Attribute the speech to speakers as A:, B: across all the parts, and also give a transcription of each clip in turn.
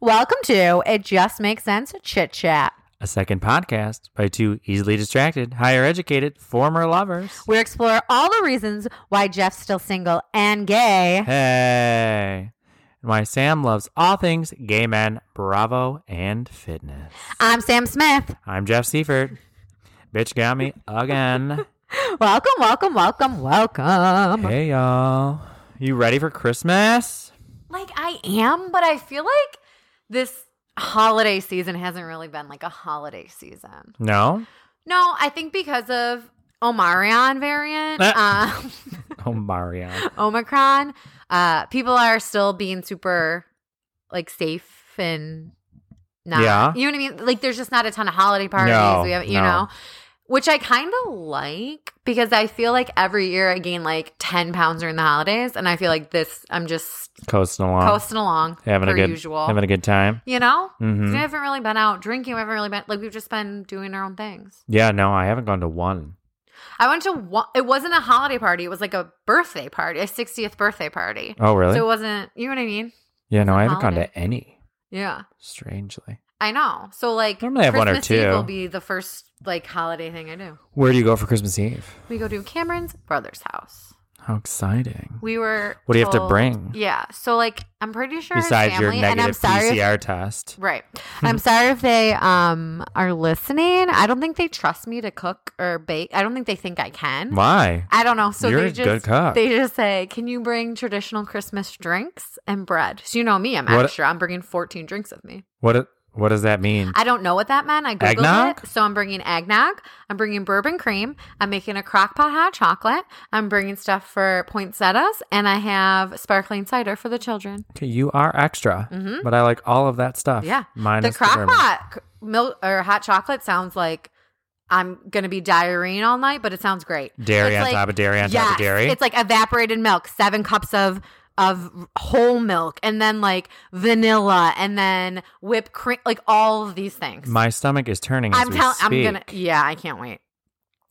A: Welcome to It Just Makes Sense Chit Chat.
B: A second podcast by two easily distracted, higher educated former lovers.
A: We explore all the reasons why Jeff's still single and gay.
B: Hey. And why Sam loves all things gay men, bravo, and fitness.
A: I'm Sam Smith.
B: I'm Jeff Seifert. Bitch got me again.
A: Welcome, welcome, welcome, welcome.
B: Hey, y'all. You ready for Christmas?
A: Like, I am, but I feel like this holiday season hasn't really been like a holiday season.
B: No?
A: No, I think because of Omarion variant,
B: Ah.
A: um,
B: Oh, Mario.
A: Omicron, uh, people are still being super like safe and not,
B: Yeah.
A: you know what I mean? Like there's just not a ton of holiday parties.
B: No,
A: we have, you
B: no.
A: know, which I kind of like because I feel like every year I gain like 10 pounds during the holidays. And I feel like this, I'm just
B: Coasting along.
A: coasting along
B: having
A: per
B: a good
A: usual.
B: having a good time.
A: you know, 'Cause
B: hmm
A: we haven't really been out drinking. We haven't really been like we've just been doing our own things.
B: Yeah, no, I haven't gone to one.
A: I went to one. It wasn't a holiday party. It was like a birthday party, a 60th birthday party.
B: Oh, really?
A: So it wasn't. You know what I mean?
B: yeah, no,
A: it's a
B: I haven't gone
A: holiday.
B: to any.
A: Yeah,
B: Strangely.
A: I know. So like,
B: Normally I have one or
A: Christmas Eve
B: two.
A: will be the first like holiday thing I do.
B: Where do you go for Christmas Eve?
A: We go to Cameron's brother's house.
B: How exciting.
A: We were.
B: What do you have to
A: told-
B: bring?
A: Yeah. So like, I'm pretty sure
B: Besides
A: his
B: your
A: family, and I'm
B: negative
A: sorry. if-
B: PCR test.
A: Right. I'm sorry if they um are listening. I don't think they trust me to cook or bake. I don't think they think I can.
B: Why?
A: I don't know. So
B: You're
A: they
B: a
A: just
B: good cook.
A: they just say, "Can you bring traditional Christmas drinks and bread?" So you know me, I'm
B: What-
A: extra. I'm bringing 14 drinks with me.
B: What what does that mean?
A: I don't know what that meant. I googled
B: Eggnog?
A: it. So I'm bringing eggnog. I'm bringing bourbon cream. I'm making a crock pot hot chocolate. I'm bringing stuff for poinsettias, and I have sparkling cider for the children.
B: Okay, you are extra,
A: Mhm.
B: but I like all of that stuff.
A: Yeah.
B: minus
A: the crock
B: bourbon.
A: pot c- milk or hot chocolate sounds like I'm gonna be diarrheaing all night, but it sounds great.
B: dairy
A: It's
B: on
A: like-
B: top of dairy on top of dairy.
A: It's like evaporated milk, seven cups of of whole milk, and then like vanilla, and then whipped cream, like all of these things.
B: My stomach is turning. as
A: I'm
B: we
A: telling, I'm
B: speak.
A: gonna, yeah, I can't wait.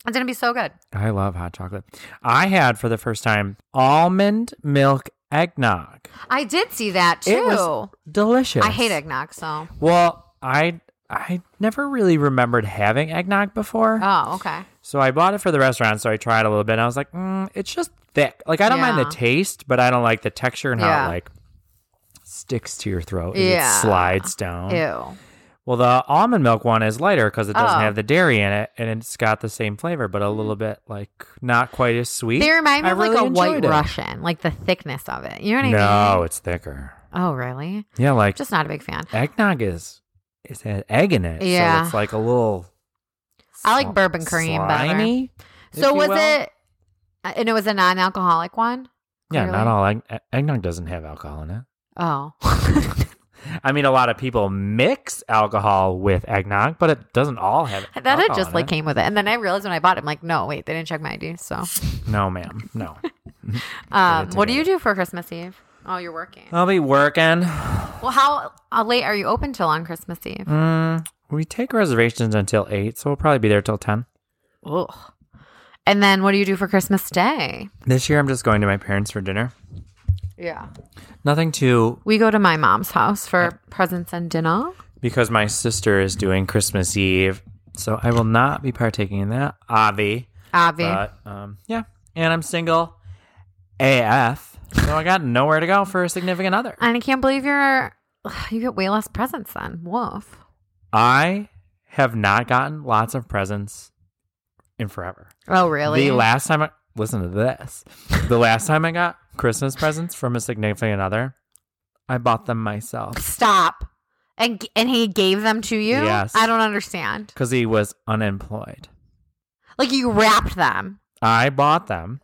A: It's gonna be so good.
B: I love hot chocolate. I had for the first time almond milk eggnog.
A: I did see that too.
B: It was delicious.
A: I hate eggnog, so
B: Well, I I never really remembered having eggnog before.
A: oh okay.
B: So I bought it for the restaurant. So I tried a little bit. And I was like, mm, it's just thick. Like I don't mind
A: Yeah.
B: the taste, but I don't like the texture and how
A: Yeah.
B: it like sticks to your throat. as
A: Yeah.
B: It slides down.
A: Ew.
B: Well, the almond milk one is lighter because it doesn't
A: Oh. Mm.
B: have the dairy in it, and it's got the same flavor, but a little bit like not quite as sweet.
A: They remind me
B: I
A: of like
B: really
A: a white
B: enjoyed it.
A: Russian, like the thickness of it. You know what I
B: No,
A: mean?
B: it's thicker.
A: Oh really?
B: Yeah, like
A: Just not a big fan.
B: eggnog is it's had egg in it.
A: Yeah.
B: so it's like a little.
A: I like
B: sli-
A: bourbon cream better.
B: slimy, if
A: So
B: you
A: was
B: will.
A: it? uh, And it was a non-alcoholic one.
B: Yeah, not
A: clearly?
B: all egg- e- eggnog doesn't have alcohol in it.
A: Oh,
B: I mean, a lot of people mix alcohol with eggnog, but it doesn't all have.
A: that had
B: alcohol
A: just
B: in
A: like
B: it.
A: came with it, and then I realized when I bought it, I'm like, no, wait, they didn't check my ID. So,
B: no, ma'am, no.
A: um,
B: it
A: what do you
B: together.
A: do for Christmas Eve? Oh, you're working.
B: I'll be working.
A: Well, how uh, late are you open till on Christmas Eve?
B: Mm, we take reservations until eight, so we'll probably be there till ten.
A: Ugh. And then what do you do for Christmas Day?
B: This year, I'm just going to my parents for dinner.
A: Yeah,
B: Nothing too,
A: we go to my mom's house for presents and dinner.
B: because my sister is doing Christmas Eve, so I will not be partaking in that. Avi,
A: Avi,
B: but um, yeah, and I'm single, AF, so I got nowhere to go for a significant other.
A: and I can't believe you're you get way less presents then. Woof.
B: I have not gotten lots of presents in forever.
A: Oh, really?
B: The last time I listen to this, the last time I got Christmas presents from a significant other, I bought them myself
A: Stop. And and he gave them to you?
B: Yes.
A: I don't understand.
B: because he was unemployed.
A: Like you wrapped them.
B: I bought them,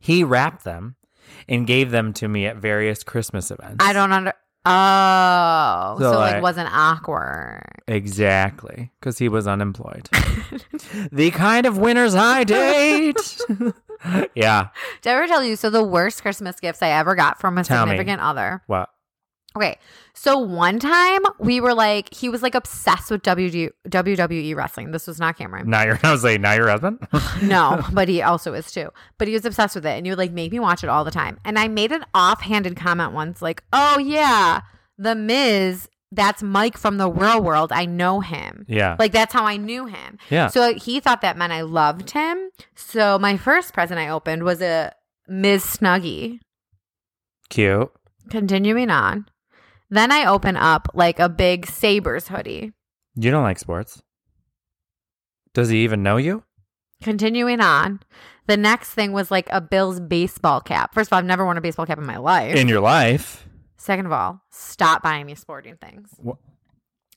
B: he wrapped them, and gave them to me at various Christmas events.
A: I don't under Oh. So,
B: So,
A: like,
B: like-
A: wasn't awkward.
B: exactly because he was unemployed. the kind of winner's high date. yeah.
A: Did I ever tell you so the worst Christmas gifts I ever got from a
B: Tell me.
A: significant other?
B: What?
A: Okay. So one time we were like he was like obsessed with WD- WWE E wrestling. This was not Cameron.
B: Now you're. I was like, now your husband.
A: No, but he also is too. But he was obsessed with it and he would like make me watch it all the time. And I made an offhanded comment once, like, oh yeah, The Miz, that's Mike from the real world. I know him.
B: Yeah.
A: Like that's how I knew him.
B: yeah.
A: So he thought that meant I loved him. So my first present I opened was a Ms. Snuggie.
B: Cute.
A: Continuing on. Then I open up like a big Sabres hoodie.
B: You don't like sports. Does he even know you?
A: Continuing on. The next thing was like a Bills baseball cap. First of all, I've never worn a baseball cap in my life.
B: In your life.
A: Second of all, stop buying me sporting things.
B: Wha-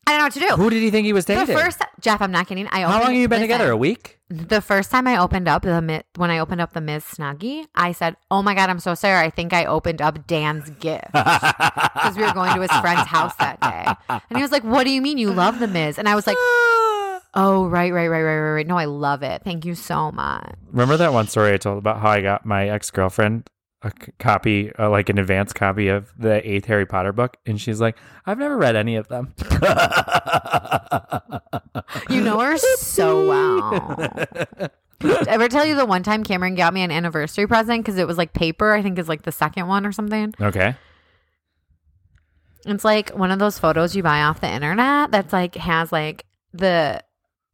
A: I don't know what to do.
B: Who did he think he was
A: Oh. the
B: dating?
A: first Jeff, I'm not kidding. I
B: How long
A: opened-
B: have you been
A: listen.
B: together? A week?
A: The first time I opened up the Mi- when I opened up the Ms. Snuggie, I said, "Oh my god, I'm so sorry. I think I opened up Dan's gift."
B: Because
A: Because we were going to his friend's house that day. And he was like, What do you mean you love the Miz? And I was like, Oh, right, right, right, right, right, right. No, I love it. Thank you so much.
B: Remember that one story I told about how I got my ex girlfriend a c- copy, uh, like an advanced copy of the eighth Harry Potter book? And she's like, I've never read any of them.
A: You know her so well. Did I ever tell you the one time Cameron got me an anniversary present because it was like paper, I think is like the second one or something.
B: okay.
A: It's like one of those photos you buy off the internet that's like has like the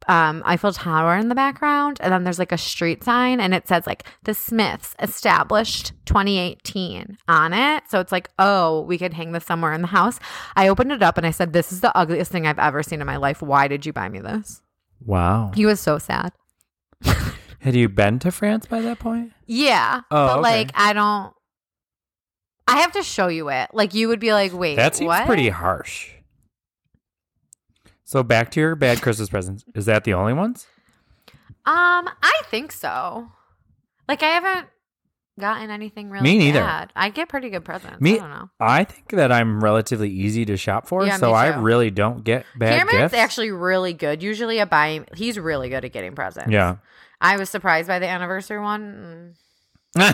A: um, Eiffel Tower in the background, and then there's like a street sign, and it says like the Smiths established 2018 on it. So it's like, oh, we could hang this somewhere in the house. I opened it up and I said, This is the ugliest thing I've ever seen in my life. Why did you buy me this?
B: Wow.
A: He was so sad.
B: Had you been to France by that point?
A: Yeah.
B: Oh,
A: but
B: okay.
A: like, I don't, I have to show you it. Like, you would be like, Wait,
B: That seems
A: what?
B: pretty harsh. So back to your bad Christmas presents. Is that the only ones?
A: Um, I think so. Like I haven't gotten anything really
B: Me neither.
A: bad. I get pretty good presents. I
B: Me-
A: don't know.
B: I think that I'm relatively easy to shop for,
A: Yeah,
B: so
A: me
B: I
A: too.
B: really don't get bad
A: Cameron's
B: gifts.
A: actually really good. Usually a buying he's really good at getting presents.
B: yeah.
A: I was surprised by the anniversary one.
B: yeah,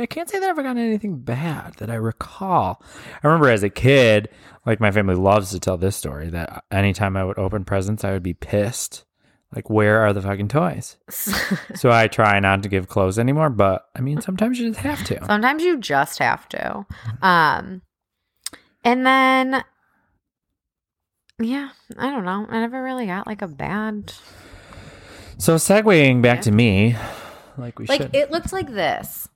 B: I can't say that I ever got anything bad that I recall. I remember as a kid, like my family loves to tell this story that anytime I would open presents, I would be pissed. Like, where are the fucking toys? so I try not to give clothes anymore, but I mean, sometimes you just have to.
A: Sometimes you just have to.
B: Mm-hmm.
A: Um and then yeah, I don't know. I never really got like a bad
B: So, segueing back to me, like we
A: like
B: should.
A: it looks like this.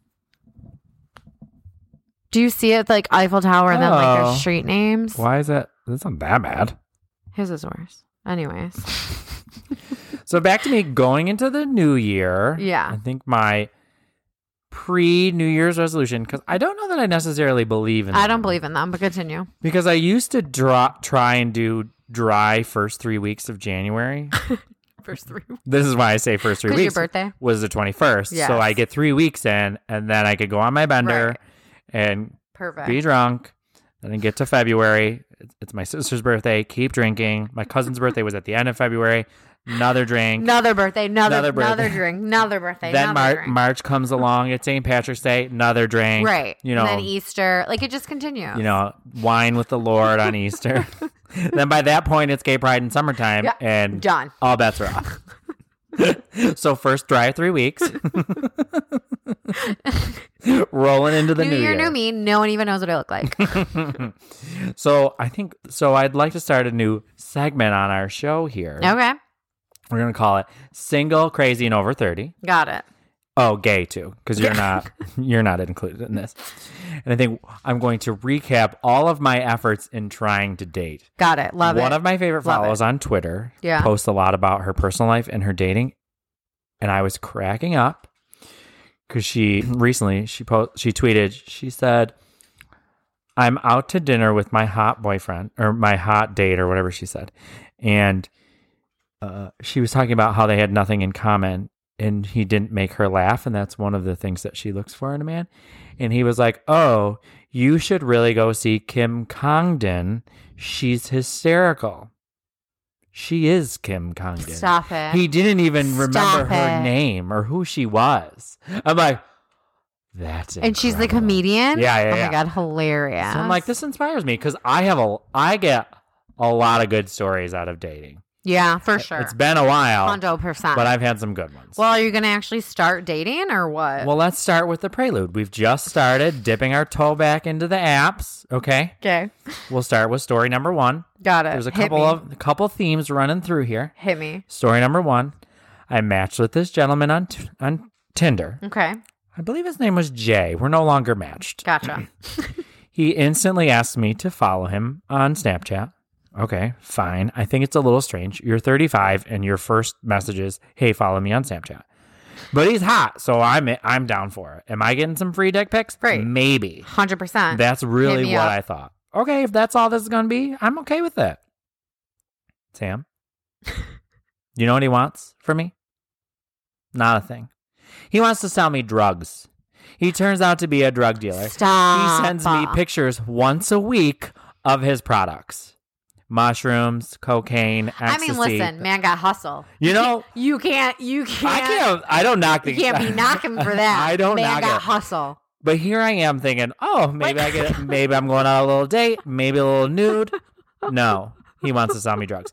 A: Do you see it like Eiffel Tower and then like
B: Oh.
A: their street names?
B: Why is that? That's not that bad.
A: His is worse. Anyways,
B: So back to me going into the new year.
A: Yeah.
B: I think my pre New Year's resolution, because I don't know that I necessarily believe in
A: I
B: them.
A: don't believe in them, but continue.
B: because I used to drop try and do dry first three weeks of January.
A: First three.
B: this is why I say first three
A: Because your
B: weeks
A: birthday.
B: was the twenty first.
A: Yes.
B: So I get three weeks in and then I could go on my bender
A: Right.
B: and
A: Perfect.
B: be drunk. Then I get to February. It's- It's my sister's birthday. Keep drinking. My cousin's birthday was at the end of February. Another drink.
A: another birthday. Another
B: Another
A: another,
B: birthday.
A: drink. Another birthday.
B: then
A: another
B: Mar-
A: drink.
B: March comes along. It's St. Patrick's Day. Another drink.
A: right.
B: You know.
A: And then Easter. Like it just continues.
B: you know, wine with the Lord on Easter. then by that point, it's gay pride in summertime,
A: Yeah.
B: and
A: Done.
B: all bets are off. so first dry three weeks, rolling into the
A: new,
B: new,
A: year, new me. No one even knows what I look like.
B: So I think so. I'd like to start a new segment on our show here.
A: okay.
B: We're gonna call it "Single, Crazy, and Over 30.
A: Got it.
B: Oh, gay too, because you're not you're not included in this. And I think I'm going to recap all of my efforts in trying to date.
A: Got it. Love
B: one
A: it.
B: of my favorite
A: Love
B: follows on Twitter
A: Yeah.
B: posts a lot about her personal life and her dating, and I was cracking up because she recently she post she tweeted she said, "I'm out to dinner with my hot boyfriend or my hot date or whatever she said," and uh, she was talking about how they had nothing in common and he didn't make her laugh and that's one of the things that she looks for in a man and he was like oh you should really go see kim congdon she's hysterical she is kim congdon
A: Stop it.
B: he didn't even remember
A: Stop
B: her
A: it.
B: name or who she was i'm like that's
A: and she's the
B: incredible.
A: comedian.
B: Yeah, yeah,
A: Oh
B: yeah.
A: my god, hilarious.
B: So I'm like, this inspires me because I have a I get a lot of good stories out of dating.
A: Yeah, for sure.
B: It's been a while,
A: 100%.
B: Uh, but I've had some good ones.
A: well, are you going to actually start dating or what?
B: well, let's start with the prelude. We've just started dipping our toe back into the apps. Okay,
A: okay.
B: we'll start with story number one.
A: Got it.
B: There's a
A: Hit
B: couple
A: me.
B: of a couple themes running through here.
A: Hit me.
B: Story number one: I matched with this gentleman on t- on Tinder.
A: Okay.
B: I believe his name was Jay. We're no longer matched.
A: Gotcha.
B: He instantly asked me to follow him on Snapchat. Okay, fine. I think it's a little strange. You're 35 and your first message is, "Hey, follow me on Snapchat." But he's hot, so I'm I'm down for it. Am I getting some free dick pics?
A: Right.
B: Maybe.
A: 100%.
B: That's really
A: Uh, me
B: what
A: up.
B: I thought. Okay, if that's all this is going to be, I'm okay with that. Sam, you know what he wants from me? Not a thing. He wants to sell me drugs. He turns out to be a drug dealer.
A: Stop.
B: He sends me pictures once a week of his products mushrooms, cocaine,
A: I
B: ecstasy.
A: mean, listen, man got hustle.
B: You know,
A: You can't, you
B: I
A: can't,
B: can't. I don't knock
A: you
B: these.
A: can't be knocking for that.
B: I don't
A: Man
B: knock
A: got
B: it.
A: hustle.
B: But here I am thinking, oh, maybe I get maybe I'm going on a little date, maybe a little nude. No, he wants to sell me drugs.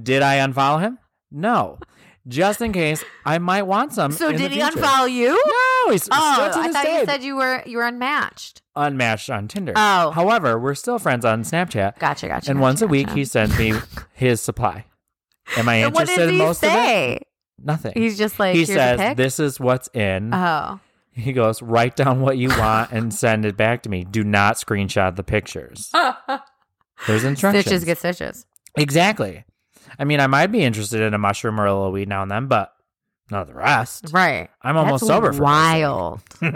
B: Did I unfollow him? No, just in case I might want some.
A: So
B: in the
A: did he
B: future.
A: unfollow you?
B: No, he's
A: Oh,
B: still to
A: I
B: this
A: thought
B: day
A: you said you were you were unmatched.
B: unmatched on Tinder.
A: Oh.
B: however, we're still friends on Snapchat,
A: Gotcha, gotcha. gotcha,
B: and once a week
A: gotcha.
B: he sends me his supply. Am I
A: And what
B: interested
A: did
B: in
A: he
B: most of it?
A: say?
B: Nothing.
A: He's just like
B: he
A: here's a
B: says,
A: pic?
B: "This is what's in."
A: Oh,
B: He goes, write down what you want and send it back to me. Do not screenshot the pictures. There's instructions.
A: stitches get stitches.
B: exactly. I mean, I might be interested in a mushroom or a little weed now and then, but not the rest.
A: Right.
B: I'm almost sober for
A: Wild.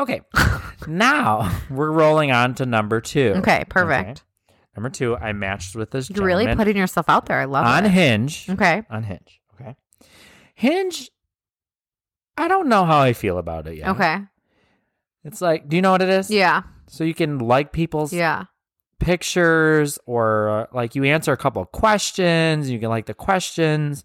B: Okay. now we're rolling on to number two.
A: Okay, perfect.
B: Number two, I matched with this
A: You're really
B: gentleman
A: putting yourself out there. I love
B: on
A: it.
B: Hinge.
A: Okay.
B: On Hinge. Okay. Hinge. I don't know how I feel about it yet.
A: Okay.
B: It's like, do you know what it is?
A: Yeah.
B: So you can like people's
A: Yeah.
B: pictures or uh, like you answer a couple of questions you can like the questions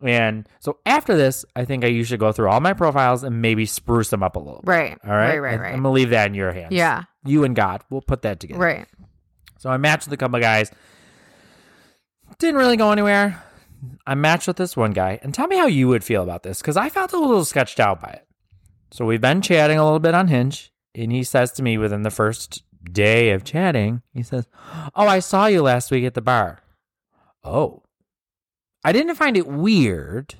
B: and so after this i think i you should go through all my profiles and maybe spruce them up a little bit.
A: Right.
B: all right
A: Right. Right. Right.
B: I, am gonna leave that in your hands
A: yeah.
B: you and god we'll put that together
A: Right.
B: so i matched with a couple of guys didn't really go anywhere i matched with this one guy and tell me how you would feel about this because i felt a little sketched out by it so we've been chatting a little bit on hinge and he says to me within the first day of chatting, he says, Oh, I saw you last week at the bar. Oh. I didn't find it weird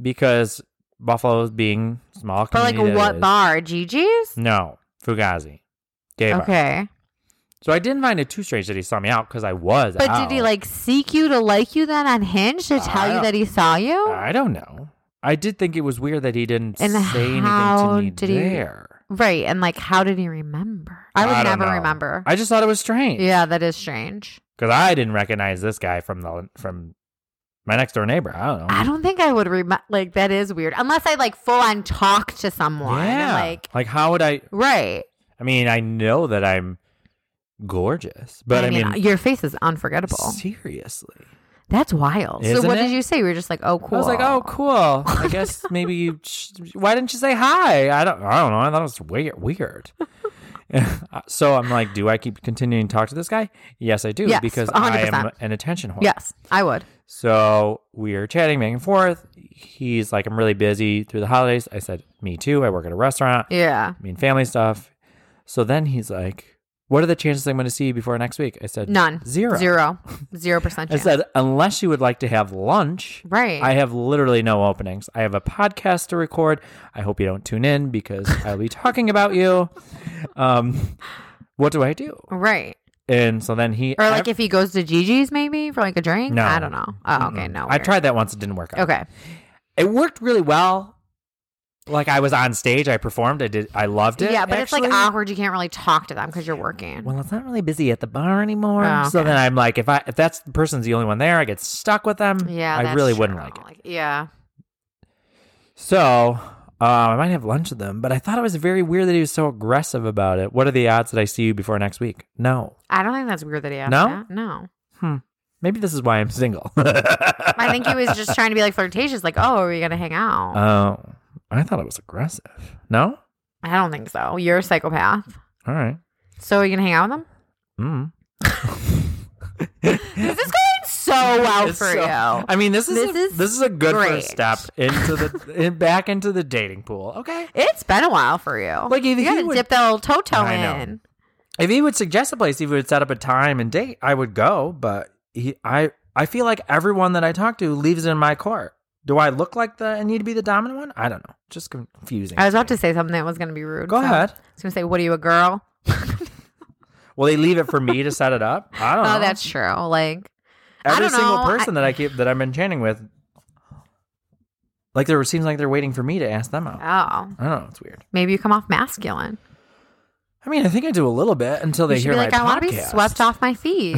B: because Buffalo being small
A: But like,
B: community that it
A: what
B: is-
A: bar? Gigi's.
B: No, Fugazi. Gay bar.
A: Okay.
B: So I didn't find it too strange that he saw me out because I was
A: But
B: out.
A: did he like seek you to like you then on Hinge to
B: I
A: tell you
B: don't-
A: that he saw you?
B: I don't know. I did think it was weird that he didn't
A: And
B: say anything
A: how
B: to me
A: did he-
B: there.
A: right. And like, how did he remember? I would
B: I don't
A: never
B: know.
A: remember.
B: I just thought it was strange.
A: yeah, that is strange.
B: Because I didn't recognize this guy from the from my next door neighbor. I don't know.
A: I don't think I would remember. Like, that is weird. Unless I like full on talk to someone. and,
B: Yeah.
A: Like,
B: how would I?
A: right.
B: I mean, I know that I'm gorgeous, but I, mean,
A: your face is unforgettable.
B: seriously.
A: That's wild. so
B: Isn't
A: what did
B: it?
A: you say? We were just like, oh, cool.
B: I was like, oh, cool. I guess maybe you. Sh- why didn't you say hi? I don't. I don't know. I thought it was weird. Weird. so I'm like, do I keep continuing to talk to this guy? Yes, I do
A: Yes,
B: because I am
A: 100%.
B: an attention whore.
A: Yes, I would.
B: So we're chatting back and forth. He's like, I'm really busy through the holidays. I said, me too. I work at a restaurant.
A: Yeah.
B: I mean, family stuff. So then he's like, What are the chances I'm going to see you before next week? I said,
A: None.
B: Zero.
A: Zero. Zero percent
B: I
A: chance.
B: said, Unless you would like to have lunch,
A: right.
B: I have literally no openings. I have a podcast to record. I hope you don't tune in because I'll be talking about you. Um, what do I do?
A: right.
B: And so then he.
A: Or like if he goes to Gigi's maybe for like a drink.
B: No.
A: I don't know. Oh, okay. No.
B: I
A: weird.
B: tried that once, it didn't work out.
A: Okay.
B: It worked really well. Like I was on stage, I performed, I did, I loved it.
A: yeah, but it's like
B: actually.
A: awkward. You can't really talk to them because you're working.
B: well, it's not really busy at the bar anymore.
A: Oh,
B: So
A: okay.
B: then I'm like, if I if that's the person's the only one there, I get stuck with them.
A: yeah.
B: I
A: that's
B: really
A: true.
B: wouldn't like it.
A: Yeah.
B: So uh, I might have lunch with them, but I thought it was very weird that he was so aggressive about it. What are the odds that I see you before next week? No.
A: I don't think that's weird that he asked
B: No?
A: that. No.
B: Maybe this is why I'm single.
A: I think he was just trying to be like flirtatious, like, oh, are we going to hang out?
B: Oh, I thought it was aggressive. No.
A: I don't think so. You're a psychopath.
B: All right.
A: So are you going to hang out with him?
B: Mm.
A: Is this going so so well
B: It's
A: Oh, for
B: so-
A: you.
B: I mean, this is
A: This
B: a,
A: is
B: this is a good
A: great.
B: first step into the in, back into the dating pool. Okay,
A: It's been a while for you.
B: Like, if
A: you
B: he
A: gotta
B: would-
A: dip that little toe toe
B: I know.
A: in.
B: if he would suggest a place, if he would set up a time and date, I would go. But he, I, I feel like everyone that I talk to leaves in my court. Do I look like the I need to be the dominant one? I don't know. Just confusing.
A: I was about to say something that was gonna be rude.
B: Go
A: so
B: ahead.
A: I was gonna say, "What are you, a girl?"
B: Well, they leave it for me to set it up. I don't know.
A: Oh, that's true. Like I
B: every
A: don't
B: single
A: know.
B: person that I keep that I've been chatting with, like there seems like they're waiting for me to ask them out.
A: Oh,
B: I don't know. It's weird.
A: maybe you come off masculine.
B: I mean, I think I do a little bit until they
A: you should
B: hear
A: be like,
B: my
A: I want to be
B: podcast.
A: swept off my feet,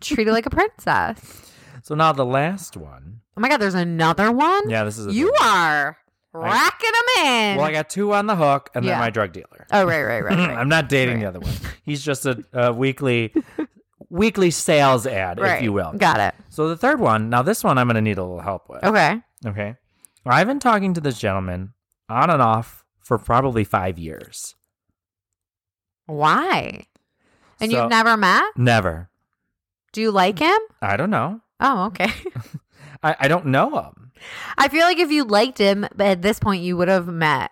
A: treated like a princess.
B: So now the last one.
A: Oh my God, there's another one.
B: Yeah, this is a
A: you
B: big-
A: are racking them in.
B: Well, I got two on the hook, and
A: Yeah.
B: then my drug dealer.
A: oh right, right, right. right.
B: I'm not dating the
A: Right.
B: other one. He's just a, a weekly weekly sales ad,
A: right.
B: if you will.
A: Got it.
B: So the third one. Now this one I'm going to need a little help with.
A: Okay.
B: Okay. I've been talking to this gentleman on and off for probably five years.
A: Why? And
B: So- Mm.
A: you've never met?
B: Never.
A: Do you like him?
B: I don't know.
A: Oh, okay.
B: I, I don't know him.
A: I feel like if you liked him, but at this point you would have met.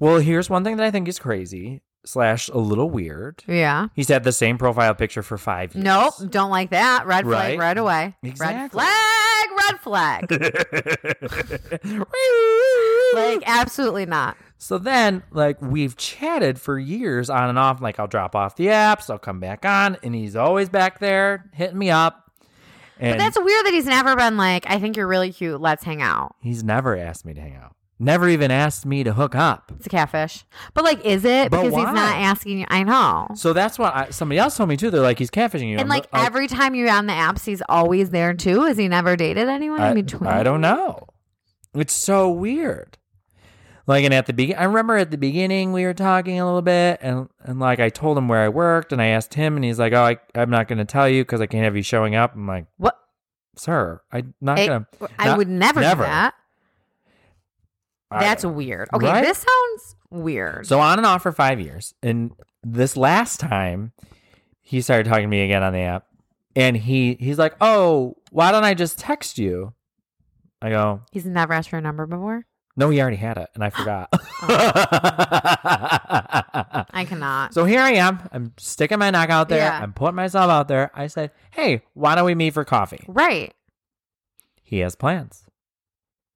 B: Well, here's one thing that I think is crazy slash a little weird.
A: Yeah.
B: He's had the same profile picture for five years.
A: Nope. Don't like that. Red flag
B: Right.
A: right away. Red
B: Exactly.
A: flag. Red flag. like absolutely not.
B: so then, like, we've chatted for years on and off. Like, I'll drop off the apps, I'll come back on, and he's always back there hitting me up. And
A: But that's weird that he's never been like, I think you're really cute. Let's hang out.
B: he's never asked me to hang out, never even asked me to hook up.
A: It's a catfish. But like, is it?
B: But
A: because
B: why?
A: he's not asking you. I know.
B: So that's what I, somebody else told me too. They're like, he's catfishing you.
A: and
B: I'm
A: like
B: I-
A: every time you're on the apps, he's always there too. Has he never dated anyone
B: I,
A: in between?
B: I don't know. It's so weird. Like, and at the beginning, I remember at the beginning we were talking a little bit, and and like I told him where I worked, and I asked him, and he's like, "Oh, I, I'm not going to tell you because I can't have you showing up." I'm like,
A: What?
B: "Sir, I'm not
A: Hey,
B: going to."
A: I would never,
B: never.
A: do that. That's weird. Okay,
B: Right?
A: this sounds weird.
B: so on and off for five years, and this last time, he started talking to me again on the app, and he he's like, "Oh, why don't I just text you?" I go,
A: he's never asked for a number before.
B: No, he already had it, and I forgot.
A: I cannot.
B: so here I am. I'm sticking my neck out there.
A: Yeah.
B: I'm putting myself out there. I said, "Hey, why don't we meet for coffee?"
A: right.
B: He has plans.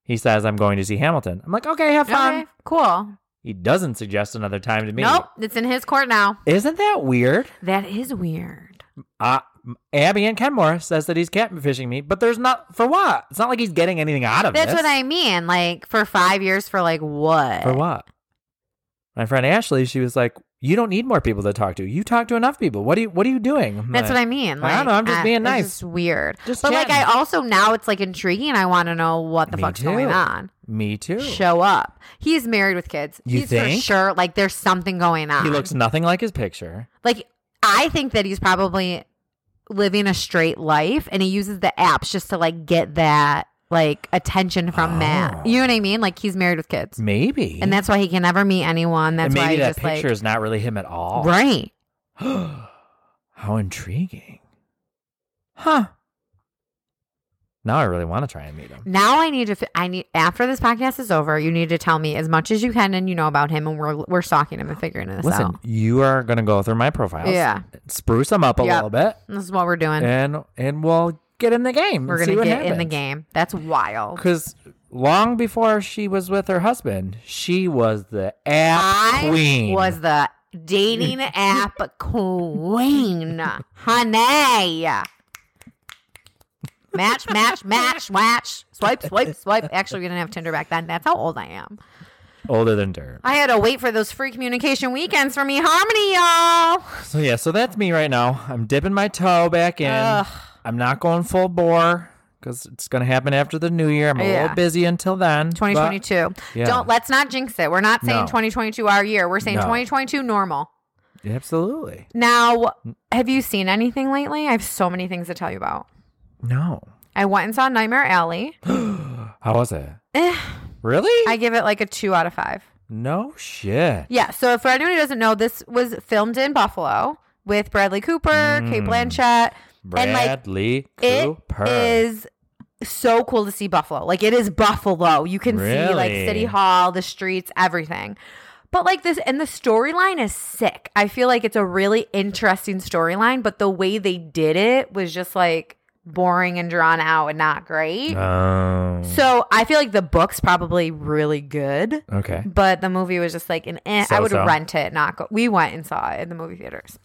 B: He says, "I'm going to see Hamilton." I'm like, "Okay, have fun."
A: Okay. Cool.
B: He doesn't suggest another time to meet.
A: Nope. It's in his court now.
B: Isn't that weird?
A: That is weird.
B: Uh, Abby and Kenmore says that he's catfishing me, but there's not for what. It's not like he's getting anything out of
A: That's
B: this.
A: what I mean. Like for five years, for like what?
B: For what? My friend Ashley, she was like, "You don't need more people to talk to. You talk to enough people. What are you What are you doing?" I'm
A: That's
B: like,
A: what I mean.
B: I don't know, I'm just being
A: it's
B: nice.
A: just weird.
B: Just
A: but like, I
B: chatting.
A: also now it's like intriguing. I want to know what the
B: Me
A: fuck's
B: too.
A: going on.
B: Me too.
A: Show up. He's married with kids.
B: You
A: he's
B: think?
A: for sure like there's something going on.
B: He looks nothing like his picture.
A: like I think that he's probably living a straight life and he uses the apps just to like get that like attention from
B: Oh.
A: that. You know what I mean? Like he's married with kids.
B: Maybe.
A: And that's why he can never meet anyone. That's
B: And maybe
A: why he
B: that
A: just
B: picture
A: like
B: is not really him at all.
A: right.
B: How intriguing. Huh. Now I really want to try and meet him.
A: Now I need to. fi- I need after this podcast is over. You need to tell me as much as you can and you know about him, and we're we're stalking him and figuring this
B: Listen,
A: out.
B: you are gonna go through my profiles.
A: Yeah.
B: Spruce them up a
A: Yep.
B: little bit,
A: This is what we're doing.
B: and and we'll get in the game.
A: we're
B: and see
A: gonna
B: what
A: get in the
B: happens.
A: game. That's wild.
B: Because long before she was with her husband, she was the app
A: I
B: queen.
A: was the dating app queen, honey. Match, match, match, match. Swipe, swipe, swipe. Actually, we didn't have Tinder back then. That's how old I am.
B: older than dirt.
A: I had to wait for those free communication weekends for me harmony, y'all.
B: So yeah, so that's me right now. I'm dipping my toe back in.
A: Ugh.
B: I'm not going full bore because it's going to happen after the new year. I'm a
A: Yeah.
B: little busy until then. but-
A: 2022.
B: Yeah.
A: Don't let's not jinx it. We're not saying
B: No.
A: 2022 our year. We're saying
B: No.
A: 2022 normal.
B: absolutely.
A: Now, have you seen anything lately? I have so many things to tell you about.
B: No.
A: I went and saw Nightmare Alley.
B: How was it?
A: Eh,
B: Really?
A: I give it like a two out of five.
B: no shit.
A: Yeah. So for anyone who doesn't know, this was filmed in Buffalo with Bradley Cooper, Kate Blanchett. And, like,
B: Bradley Cooper.
A: It is so cool to see Buffalo. Like it is Buffalo. You can see like
B: Really?
A: City Hall, the streets, everything. But like this, and the storyline is sick. I feel like it's a really interesting storyline, but the way they did it was just like boring and drawn out and not great.
B: Oh.
A: So I feel like the book's probably really good,
B: okay.
A: but the movie was just like an. Eh, I would
B: So-so.
A: rent it, not go. We went and saw it in the movie theaters,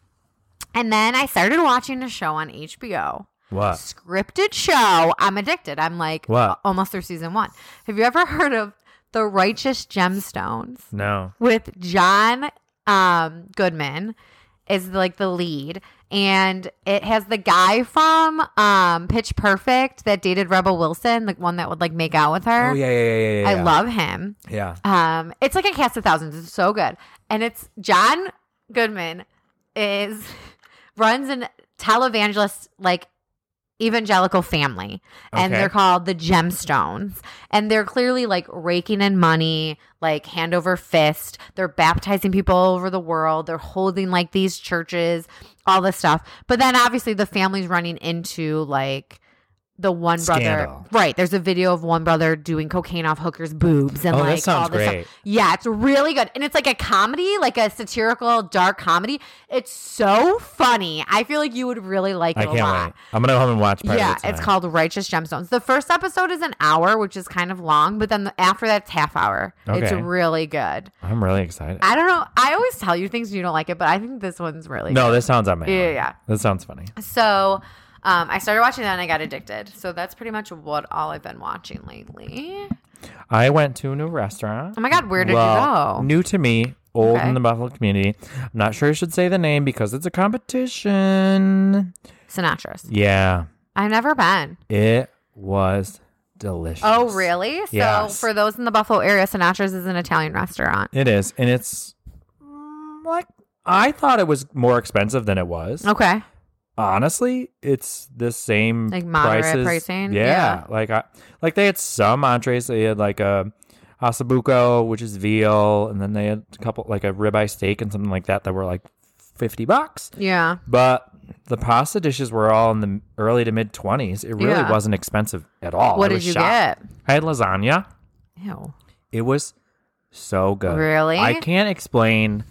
A: and then I started watching a show on HBO
B: What?
A: scripted show. I'm addicted. I'm like
B: What?
A: almost through season one. Have you ever heard of The Righteous Gemstones
B: No.
A: with John um, Goodman? Is like the lead, and it has the guy from um, Pitch Perfect that dated Rebel Wilson, the one that would like make out with her.
B: Oh yeah, yeah, yeah, yeah. yeah,
A: I
B: yeah.
A: love him.
B: Yeah.
A: Um, it's like a cast of thousands. It's so good, and it's John Goodman is runs an televangelist like evangelical family, and
B: Okay.
A: they're called the Gemstones, and they're clearly like raking in money, like hand over fist. They're baptizing people all over the world. They're holding like these churches, all this stuff. But then obviously the family's running into like. The one
B: Scandal.
A: brother, right? There's a video of one brother doing cocaine off hookers' boobs, and
B: Oh, that
A: like
B: sounds
A: all this stuff.
B: great.
A: Yeah, it's really good, and it's like a comedy, like a satirical dark comedy. It's so funny. I feel like you would really like it
B: I
A: a
B: can't
A: lot.
B: wait. I'm gonna go home and watch. Part
A: Yeah,
B: of it
A: it's
B: tonight.
A: called Righteous Gemstones. The first episode is an hour, which is kind of long, but then the, after that's half hour. It's
B: Okay.
A: really good.
B: I'm really excited.
A: I don't know. I always tell you things and you don't like it, but I think this one's really
B: no, this sounds on my.
A: Yeah,
B: alley.
A: yeah.
B: This sounds funny.
A: good. So um, I started watching that and I got addicted. So that's pretty much what all I've been watching lately.
B: I went to a new restaurant.
A: Oh my god, where did
B: well,
A: you go?
B: New to me, old
A: Okay.
B: in the Buffalo community. I'm not sure I should say the name because it's a competition.
A: Sinatra's.
B: Yeah,
A: I've never been.
B: it was delicious.
A: Oh, really? So
B: Yes.
A: for those in the Buffalo area, Sinatra's is an Italian restaurant.
B: It is, and it's mm, like I thought it was more expensive than it was.
A: Okay.
B: Honestly, it's the same
A: Like moderate
B: prices.
A: pricing?
B: Yeah,
A: Yeah.
B: like I like they had some entrees. They had like a asabuco, which is veal, and then they had a couple like a ribeye steak and something like that that were like fifty bucks.
A: Yeah.
B: But the pasta dishes were all in the early to mid twenties. It really
A: Yeah.
B: wasn't expensive at all.
A: What
B: I
A: did
B: was
A: you
B: shocked.
A: get?
B: I had lasagna.
A: Ew.
B: It was so good.
A: Really?
B: I can't explain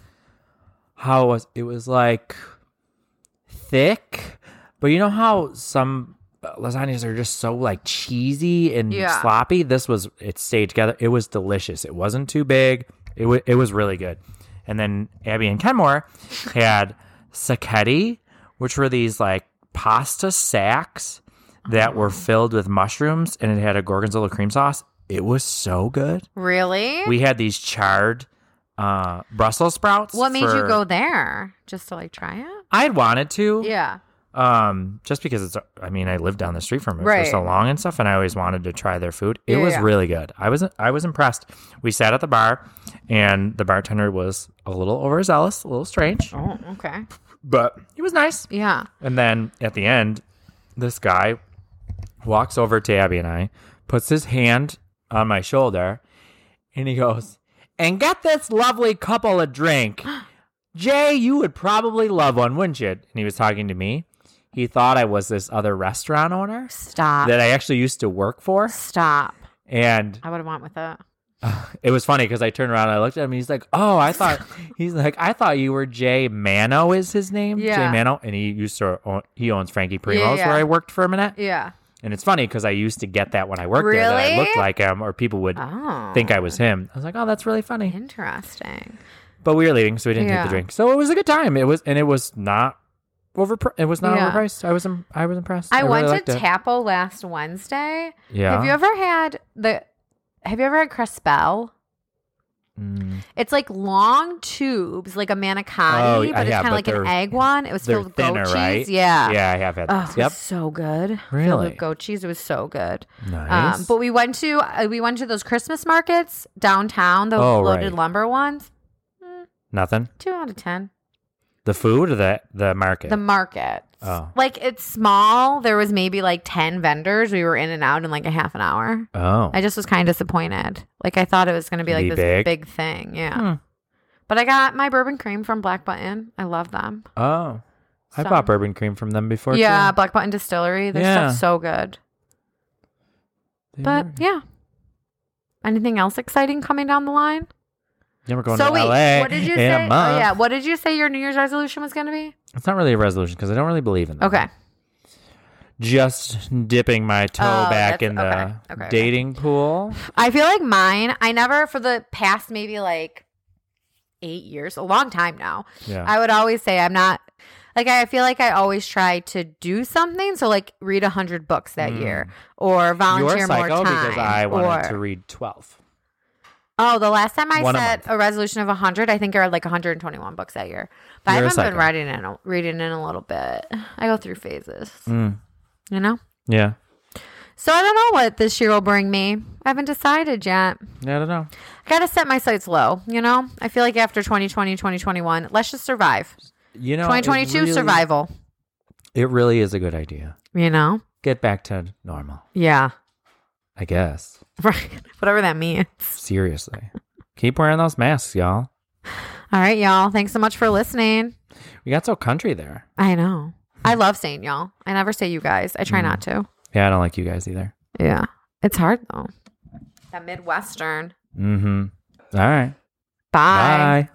B: how it was. It was like thick, but you know how some uh, lasagnas are just so like cheesy and
A: Yeah.
B: sloppy. This was it stayed together. It was delicious. It wasn't too big. It was it was really good. And then Abby and Kenmore had sacchetti, which were these like pasta sacks that
A: Oh.
B: were filled with mushrooms, and it had a gorgonzola cream sauce. It was so good
A: Really?
B: we had these charred uh Brussels sprouts.
A: what made you
B: for-
A: go there? Just to like try it?
B: I had wanted to.
A: Yeah.
B: Um, just because it's I mean, I lived down the street from it
A: Right.
B: for so long and stuff, and I always wanted to try their food. It
A: Yeah,
B: was
A: yeah.
B: really good. I was I was impressed. We sat at the bar and the bartender was a little overzealous, a little strange.
A: Oh, okay.
B: But he was nice.
A: Yeah.
B: And then at the end, this guy walks over to Abby and I, puts his hand on my shoulder, and he goes, And get this lovely couple a drink. Jay, you would probably love one, wouldn't you? And he was talking to me. He thought I was this other restaurant owner
A: Stop.
B: that I actually used to work for.
A: Stop.
B: And
A: I would have went with it.
B: it was funny because I turned around and I looked at him and he's like, Oh, I thought he's like, I thought you were Jay Mano is his name.
A: Yeah.
B: Jay Mano. And he used to own, he owns Frankie Primos
A: yeah.
B: where I worked for a minute.
A: Yeah.
B: And it's funny because I used to get that when I worked there that I
A: Really?
B: looked like him or people would
A: Oh.
B: think I was him. I was like, Oh, that's really funny.
A: Interesting.
B: But we were leaving, so we didn't
A: Yeah.
B: take the drink. So it was a good time. It was and it was not over it was not
A: Yeah.
B: overpriced. I was im- I was impressed.
A: I,
B: really
A: went
B: liked
A: to
B: it.
A: Tapo last Wednesday.
B: Yeah.
A: Have you ever had the have you ever had Crespel?
B: Mm.
A: It's like long tubes, like a manicotti,
B: Oh,
A: but
B: yeah,
A: it's
B: yeah,
A: kind of
B: but
A: like an
B: they're-
A: egg one. It was
B: they're
A: filled with goat
B: thinner,
A: cheese.
B: right?
A: Yeah.
B: yeah, I have had
A: Oh,
B: this.
A: it
B: Yep.
A: was so good. Filled
B: Really?
A: with goat cheese. It was so good.
B: Nice.
A: Um, but we went to uh, we went to those Christmas markets downtown, those
B: Oh,
A: loaded
B: right.
A: lumber ones.
B: Nothing.
A: Two out of ten.
B: The food or the the market?
A: The market.
B: Oh.
A: Like it's small. There was maybe like ten vendors. We were in and out in like a half an hour.
B: oh.
A: I just was kind of disappointed. Like I thought it was going to be like
B: Be
A: this big.
B: big?
A: thing. Yeah.
B: Hmm.
A: But I got my bourbon cream from Black Button. I love them.
B: Oh. I
A: Some-
B: bought bourbon cream from them before.
A: yeah,
B: too.
A: Black Button Distillery. Their
B: Yeah.
A: stuff's so good.
B: They
A: But
B: were-
A: yeah. Anything else exciting coming down the line?
B: yeah, we're going
A: so
B: to
A: wait,
B: LA.
A: what did you
B: in
A: say?
B: A
A: oh,
B: month.
A: yeah, what did you say your New Year's resolution was going to be?
B: It's not really a resolution because I don't really believe in that.
A: Okay.
B: Just dipping my toe
A: Oh,
B: back
A: that's-
B: in the
A: okay, okay, okay.
B: dating pool.
A: I feel like mine, I never, for the past maybe like eight years, a long time now,
B: Yeah.
A: I would always say I'm not, like, I feel like I always try to do something. So, like, read 100 books that
B: Mm.
A: year or volunteer
B: You're psycho
A: more time.
B: because I wanted
A: or,
B: to read 12.
A: Oh, the last time I
B: One a
A: set
B: month.
A: a, resolution of 100, I think I read like 121 books that year. But
B: You're
A: I
B: a
A: haven't been
B: psycho.
A: reading in a, reading in a little bit. I go through phases,
B: Mm,
A: you know.
B: yeah.
A: So I don't know what this year will bring me. I haven't decided yet.
B: Yeah, I don't know.
A: I got to set my sights low, you know. I feel like after 2020, 2021, let's just survive.
B: You know, it
A: 2022
B: really-
A: survival,
B: It really is a good idea.
A: you know.
B: Get back to normal,
A: Yeah.
B: I guess.
A: Right. Whatever that means.
B: Seriously. Keep wearing those masks, y'all.
A: All right, y'all. Thanks so much for listening.
B: We got so country there.
A: I know. I love saying y'all. I never say you guys. I try
B: Mm.
A: not to.
B: Yeah, I don't like you guys either.
A: Yeah. It's hard though. That Midwestern.
B: Mm hmm. Mm-hmm. All right.
A: Bye.
B: Bye.